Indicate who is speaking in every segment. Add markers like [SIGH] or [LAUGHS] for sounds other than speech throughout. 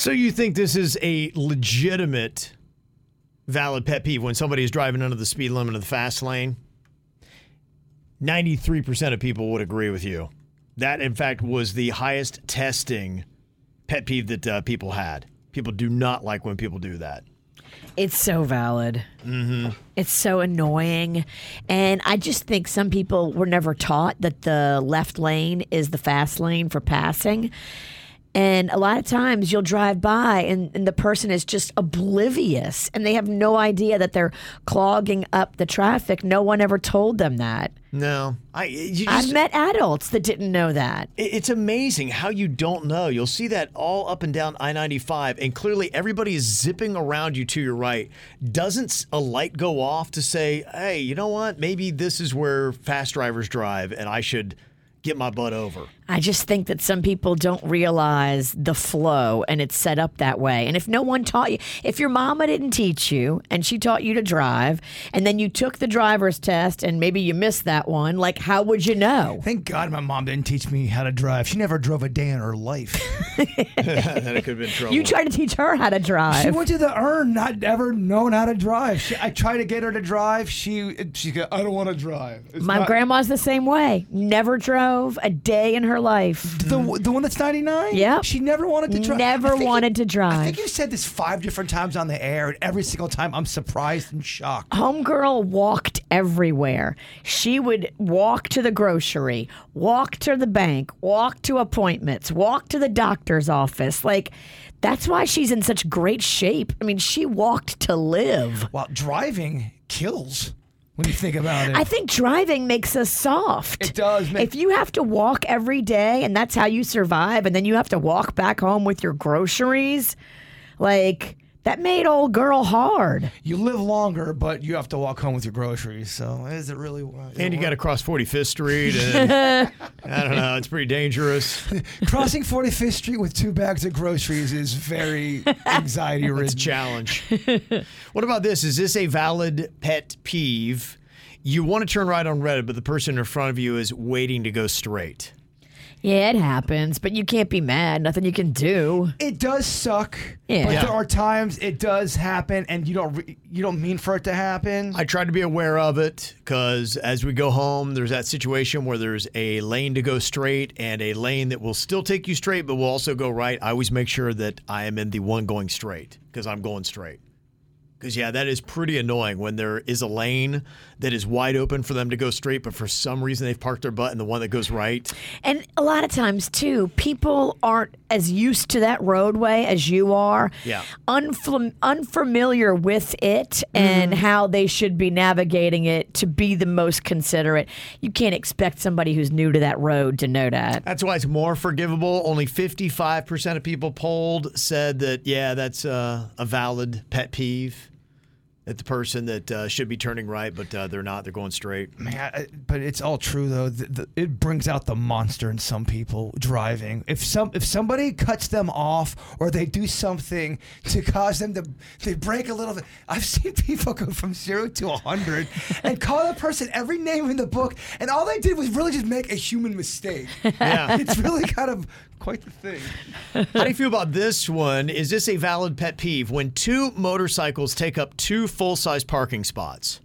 Speaker 1: So you think this is a legitimate, valid pet peeve when somebody is driving under the speed limit of the fast lane? 93% of people would agree with you. That, in fact, was the highest testing pet peeve that uh, people had. People do not like when people do that.
Speaker 2: It's so valid. It's so annoying. And I just think some people were never taught that the left lane is the fast lane for passing. And a lot of times you'll drive by and, and the person is just oblivious and they have no idea that they're clogging up the traffic. No one ever told them that.
Speaker 1: No, I. You just,
Speaker 2: I've met adults that didn't know that.
Speaker 1: It- It's amazing how you don't know. You'll see that all up and down I 95, and clearly everybody is zipping around you to your right. Doesn't s- a light go off to say, hey, you know what? Maybe this is where fast drivers drive, and I should get my butt over? [LAUGHS]
Speaker 2: I just think that some people don't realize the flow and it's set up that way. And if no one taught you, if your mama didn't teach you and she taught you to drive and then you took the driver's test and maybe you missed that one, like how would you know?
Speaker 3: Thank God my mom didn't teach me how to drive. She never drove a day in her
Speaker 2: [LAUGHS]
Speaker 3: life.
Speaker 1: Then it could have been trouble.
Speaker 2: You try to teach her how to
Speaker 3: She
Speaker 2: drive.
Speaker 3: went to the urn, not ever known how to drive. She, I tried to get her to drive. She she go, I don't want to drive. It's
Speaker 2: My
Speaker 3: not-
Speaker 2: grandma's the same way. Never drove a day in her life.
Speaker 3: the the one that's ninety nine.
Speaker 2: Yep.
Speaker 3: she never wanted to drive.
Speaker 2: Never
Speaker 3: I think you-
Speaker 2: wanted to drive.
Speaker 3: I think you said this five different times on the air, and every single time I'm surprised and shocked.
Speaker 2: Homegirl walked everywhere. She would walk to the grocery, walk to the bank, walk to appointments, walk to the doctor's office. Like, that's why she's in such great shape. I mean, she walked to live.
Speaker 3: While driving kills when you think about it.
Speaker 2: I think driving makes us soft.
Speaker 3: It does make-
Speaker 2: if you have to walk every day and that's how you survive, and then you have to walk back home with your groceries, like, that made old girl hard.
Speaker 3: you live longer, but you have to walk home with your groceries. So is it really? wor-
Speaker 1: and you got to cross 45th Street, and I don't know, it's pretty dangerous.
Speaker 3: crossing 45th Street with two bags of groceries is
Speaker 2: [LAUGHS]
Speaker 3: very anxiety
Speaker 1: It's a
Speaker 3: ridden.
Speaker 1: challenge. what about this? Is this a valid pet peeve? You want to turn right on red, but the person in front of you is waiting to go straight.
Speaker 2: Yeah, it happens, but you can't be mad. Nothing you can do.
Speaker 3: It does suck,
Speaker 2: Yeah.
Speaker 3: but
Speaker 2: Yeah.
Speaker 3: there are times it does happen, and you don't re- you don't mean for it to happen.
Speaker 1: I try to be aware of it because as we go home, there's that situation where there's a lane to go straight and a lane that will still take you straight, but will also go right. I always make sure that I am in the one going straight because I'm going straight. Because, yeah, that is pretty annoying when there is a lane that is wide open for them to go straight, but for some reason they've parked their butt in the one that goes right.
Speaker 2: And a lot of times, too, people aren't as used to that roadway as you are.
Speaker 1: Yeah.
Speaker 2: Unfam- unfamiliar with it and how they should be navigating it to be the most considerate. You can't expect somebody who's new to that road to know that.
Speaker 1: That's why it's more forgivable. Only 55% of people polled said that, yeah, that's uh, a valid pet peeve. That the person that uh, should be turning right, but uh, they're not, they're going straight.
Speaker 3: Man, I- but it's all true though. The, the, it brings out the monster in some people driving. If some if somebody cuts them off or they do something to cause them to they break a little bit. I've seen people go from zero to hundred and call the person every name in the book, and all they did was really just make a human
Speaker 2: [LAUGHS]
Speaker 3: mistake.
Speaker 1: Yeah.
Speaker 3: It's really kind of quite the thing.
Speaker 1: How do you feel about this one? Is this a valid pet peeve when two motorcycles take up two full size parking spots?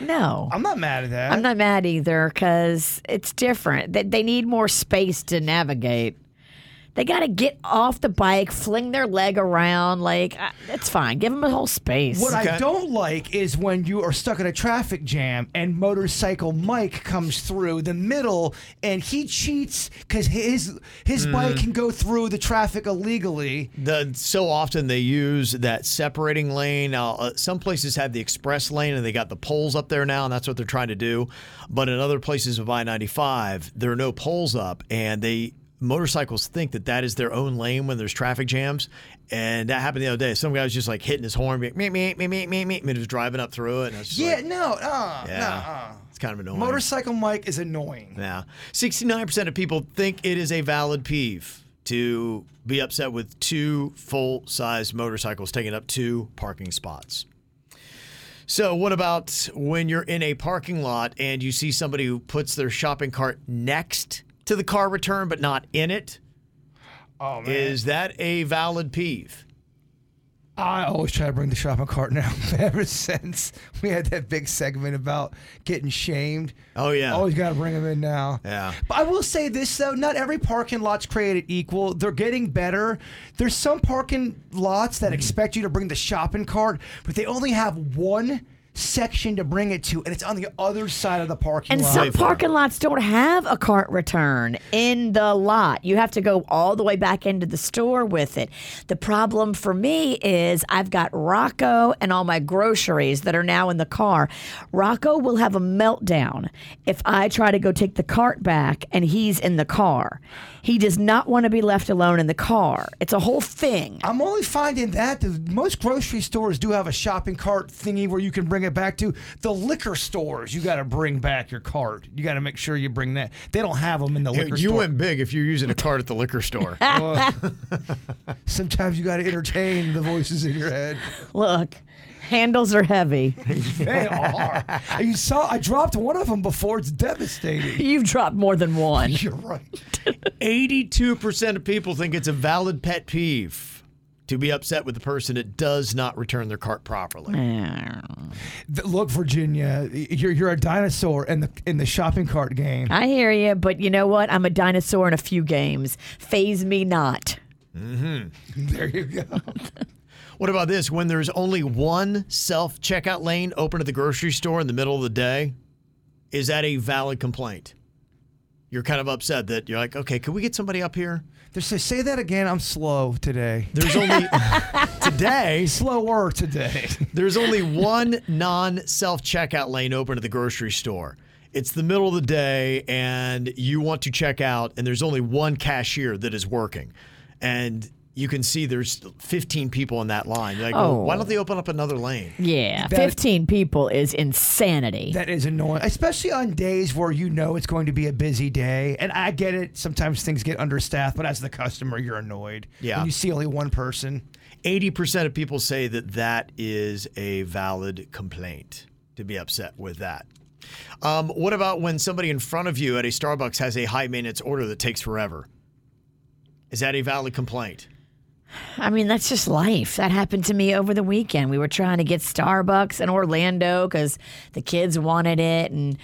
Speaker 2: No.
Speaker 3: I'm not mad at that.
Speaker 2: I'm not mad either because it's different. They, they need more space to navigate. They got to get off the bike, fling their leg around. Like, uh, it's fine. Give them a whole space.
Speaker 3: What I don't like is when you are stuck in a traffic jam and motorcycle Mike comes through the middle and he cheats because his
Speaker 1: Hmm.
Speaker 3: his bike can go through the traffic illegally.
Speaker 1: The, so often they use that separating lane. Now, uh, some places have the express lane and they got the poles up there now, and that's what they're trying to do. But in other places of I 95, there are no poles up, and they motorcycles think that that is their own lane when there's traffic jams. And that happened the other day. Some guy was just like hitting his horn, being, me, me, me, me, me, me, and he was driving up through it. And I was just
Speaker 3: Yeah,
Speaker 1: like,
Speaker 3: no, uh,
Speaker 1: yeah,
Speaker 3: no.
Speaker 1: it's kind of annoying.
Speaker 3: Motorcycle Mike is annoying.
Speaker 1: Yeah. 69% of people think it is a valid peeve to be upset with two full sized motorcycles taking up two parking spots. So, what about when you're in a parking lot and you see somebody who puts their shopping cart next to the car return but not in it?
Speaker 3: Oh man,
Speaker 1: Is that a valid peeve?
Speaker 3: I always try to bring the shopping cart now. [LAUGHS] Ever since we had that big segment about getting shamed.
Speaker 1: Oh, yeah.
Speaker 3: Always got to bring them in now.
Speaker 1: Yeah.
Speaker 3: But I will say this though: not every parking lot's created equal. They're getting better. There's some parking lots that expect you to bring the shopping cart, but they only have one section to bring it to, and it's on the other side of the parking
Speaker 2: And
Speaker 3: lot.
Speaker 2: some parking lots don't have a cart return in the lot. You have to go all the way back into the store with it. The problem for me is I've got Rocco and all my groceries that are now in the car. Rocco will have a meltdown if I try to go take the cart back and he's in the car. He does not want to be left alone in the car. It's a whole thing.
Speaker 3: I'm only finding that the, most grocery stores do have a shopping cart thingy where you can bring it back to. The liquor stores, you got to bring back your cart. You got to make sure you bring that. They don't have them in the liquor store.
Speaker 1: big if you're using a cart at the liquor [LAUGHS] store.
Speaker 3: Sometimes you got to entertain the voices in your head.
Speaker 2: Look, handles are heavy. [LAUGHS]
Speaker 3: They are. you saw I dropped one of them before. It's
Speaker 2: [LAUGHS]
Speaker 3: devastating.
Speaker 2: You've dropped more than one.
Speaker 3: You're right.
Speaker 1: 82% of people think it's a valid pet peeve to be upset with the person that does not return their cart properly.
Speaker 3: Th- Look, Virginia, you're you're a dinosaur in the in the shopping cart game. [LAUGHS]
Speaker 2: I hear you, but you know what? I'm a dinosaur in a few games. Phase me not.
Speaker 3: There you go.
Speaker 1: What about this? When there's only one self checkout lane open at the grocery store in the middle of the day, is that a valid complaint? You're kind of upset that you're like, okay, can we get somebody up here?
Speaker 3: There's, say that again. I'm slow today.
Speaker 1: There's only today,
Speaker 3: Slower today. [LAUGHS]
Speaker 1: there's only one non self checkout lane open at the grocery store. It's the middle of the day and you want to check out, and there's only one cashier that is working. And you can see there's 15 people in that line. You're like, well, why don't they open up another lane?
Speaker 2: Yeah.
Speaker 3: That-
Speaker 2: 15 people is insanity.
Speaker 3: That is annoying, especially on days where you know it's going to be a busy day. And I get it. Sometimes things get understaffed, but as the customer, you're annoyed.
Speaker 1: Yeah.
Speaker 3: When you see only one person.
Speaker 1: 80% of people say that that is a valid complaint to be upset with that. Um, what about when somebody in front of you at a Starbucks has a high maintenance order that takes forever? Is that a valid complaint?
Speaker 2: I mean, that's just life. That happened to me over the weekend. We were trying to get Starbucks in Orlando because the kids wanted it. And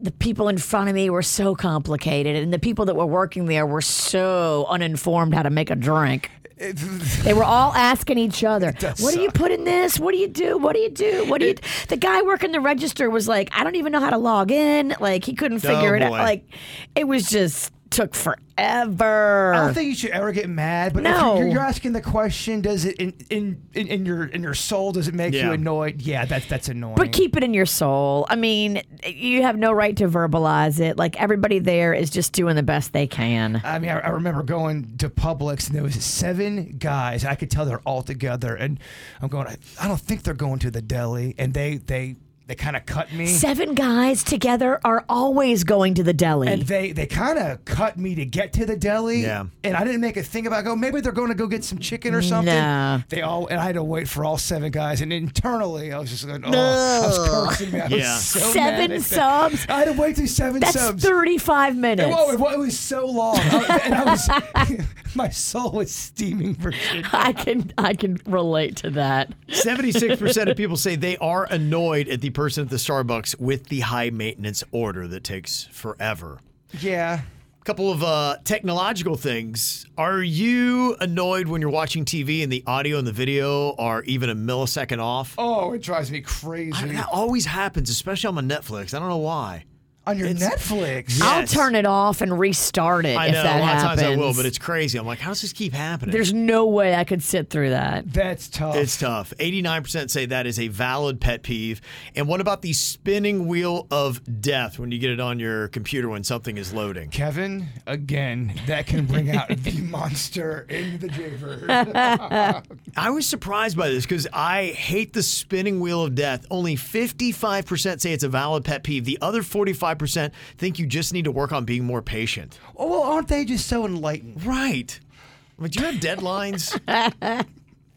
Speaker 2: the people in front of me were so complicated. And the people that were working there were so uninformed how to make a drink.
Speaker 1: Uh,
Speaker 2: They were all asking each other, "What do you put in this? What do you do? What do you do? What do you?" The guy working the register was like, "I don't even know how to log in." Like he couldn't
Speaker 1: Oh,
Speaker 2: figure it out.
Speaker 1: boy.
Speaker 2: Like it was just took forever.
Speaker 3: I don't think you should ever get mad, but if
Speaker 2: No.
Speaker 3: you're, you're asking the question, does it in, in, in, in your in your soul does it make
Speaker 1: Yeah.
Speaker 3: you annoyed? Yeah, that's that's annoying.
Speaker 2: But keep it in your soul. I mean, you have no right to verbalize it. Like everybody there is just doing the best they can.
Speaker 3: I mean, I, I remember going to Publix and there was seven guys. I could tell they're all together, and I'm going. I, I don't think they're going to the deli, and they they they kind of cut me.
Speaker 2: Seven guys together are always going to the deli.
Speaker 3: And they they kind of cut me to get to the deli.
Speaker 1: Yeah.
Speaker 3: And I didn't make a thing about go. Maybe they're going to go get some chicken or something.
Speaker 2: No.
Speaker 3: They all and I had to wait for all seven guys. And internally, I was just going, oh, I was cursing. Man. I
Speaker 1: Yeah.
Speaker 3: was so
Speaker 2: Seven
Speaker 3: mad at that.
Speaker 2: subs?
Speaker 3: [LAUGHS] I had to wait through seven
Speaker 2: That's
Speaker 3: subs.
Speaker 2: 35
Speaker 3: It,
Speaker 2: minutes.
Speaker 3: wa- it, wa- it was so long, I- and I was [LAUGHS] my soul was steaming for shit.
Speaker 2: I can I can relate to that.
Speaker 1: 76% of people say they are annoyed at the person at the Starbucks with the high maintenance order that takes forever.
Speaker 3: Yeah.
Speaker 1: couple of uh, technological things. Are you annoyed when you're watching TV and the audio and the video are even a millisecond off?
Speaker 3: Oh, it drives me crazy.
Speaker 1: I- that always happens, especially on my Netflix. I don't know why.
Speaker 3: On your Netflix.
Speaker 2: I'll
Speaker 1: Yes.
Speaker 2: turn it off and restart it
Speaker 1: I
Speaker 2: if
Speaker 1: know
Speaker 2: that
Speaker 1: a lot
Speaker 2: happens.
Speaker 1: of times I will, but it's crazy. I'm like, how does this keep happening?
Speaker 2: There's no way I could sit through that.
Speaker 3: That's tough.
Speaker 1: It's tough. 89% say that is a valid pet peeve. And what about the spinning wheel of death when you get it on your computer when something is loading?
Speaker 3: Kevin, again, that can bring out the monster in the Jaybird.
Speaker 1: I was surprised by this because I hate the spinning wheel of death. Only 55% say it's a valid pet peeve. The other 45% think you just need to work on being more patient.
Speaker 3: oh, well, aren't they just so enlightened?
Speaker 1: Right. I mean, do you have deadlines?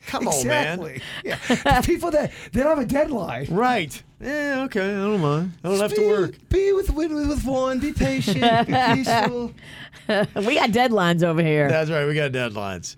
Speaker 1: Come on, man.
Speaker 3: exactly. Yeah. The people that they don't have a deadline.
Speaker 1: [LAUGHS] Right. Yeah, okay. I don't mind. I don't have to
Speaker 3: Be-
Speaker 1: work.
Speaker 3: Be with with, with one. Be
Speaker 1: [LAUGHS]
Speaker 3: patient. be peaceful.
Speaker 2: We got deadlines over here.
Speaker 1: That's right. We got deadlines.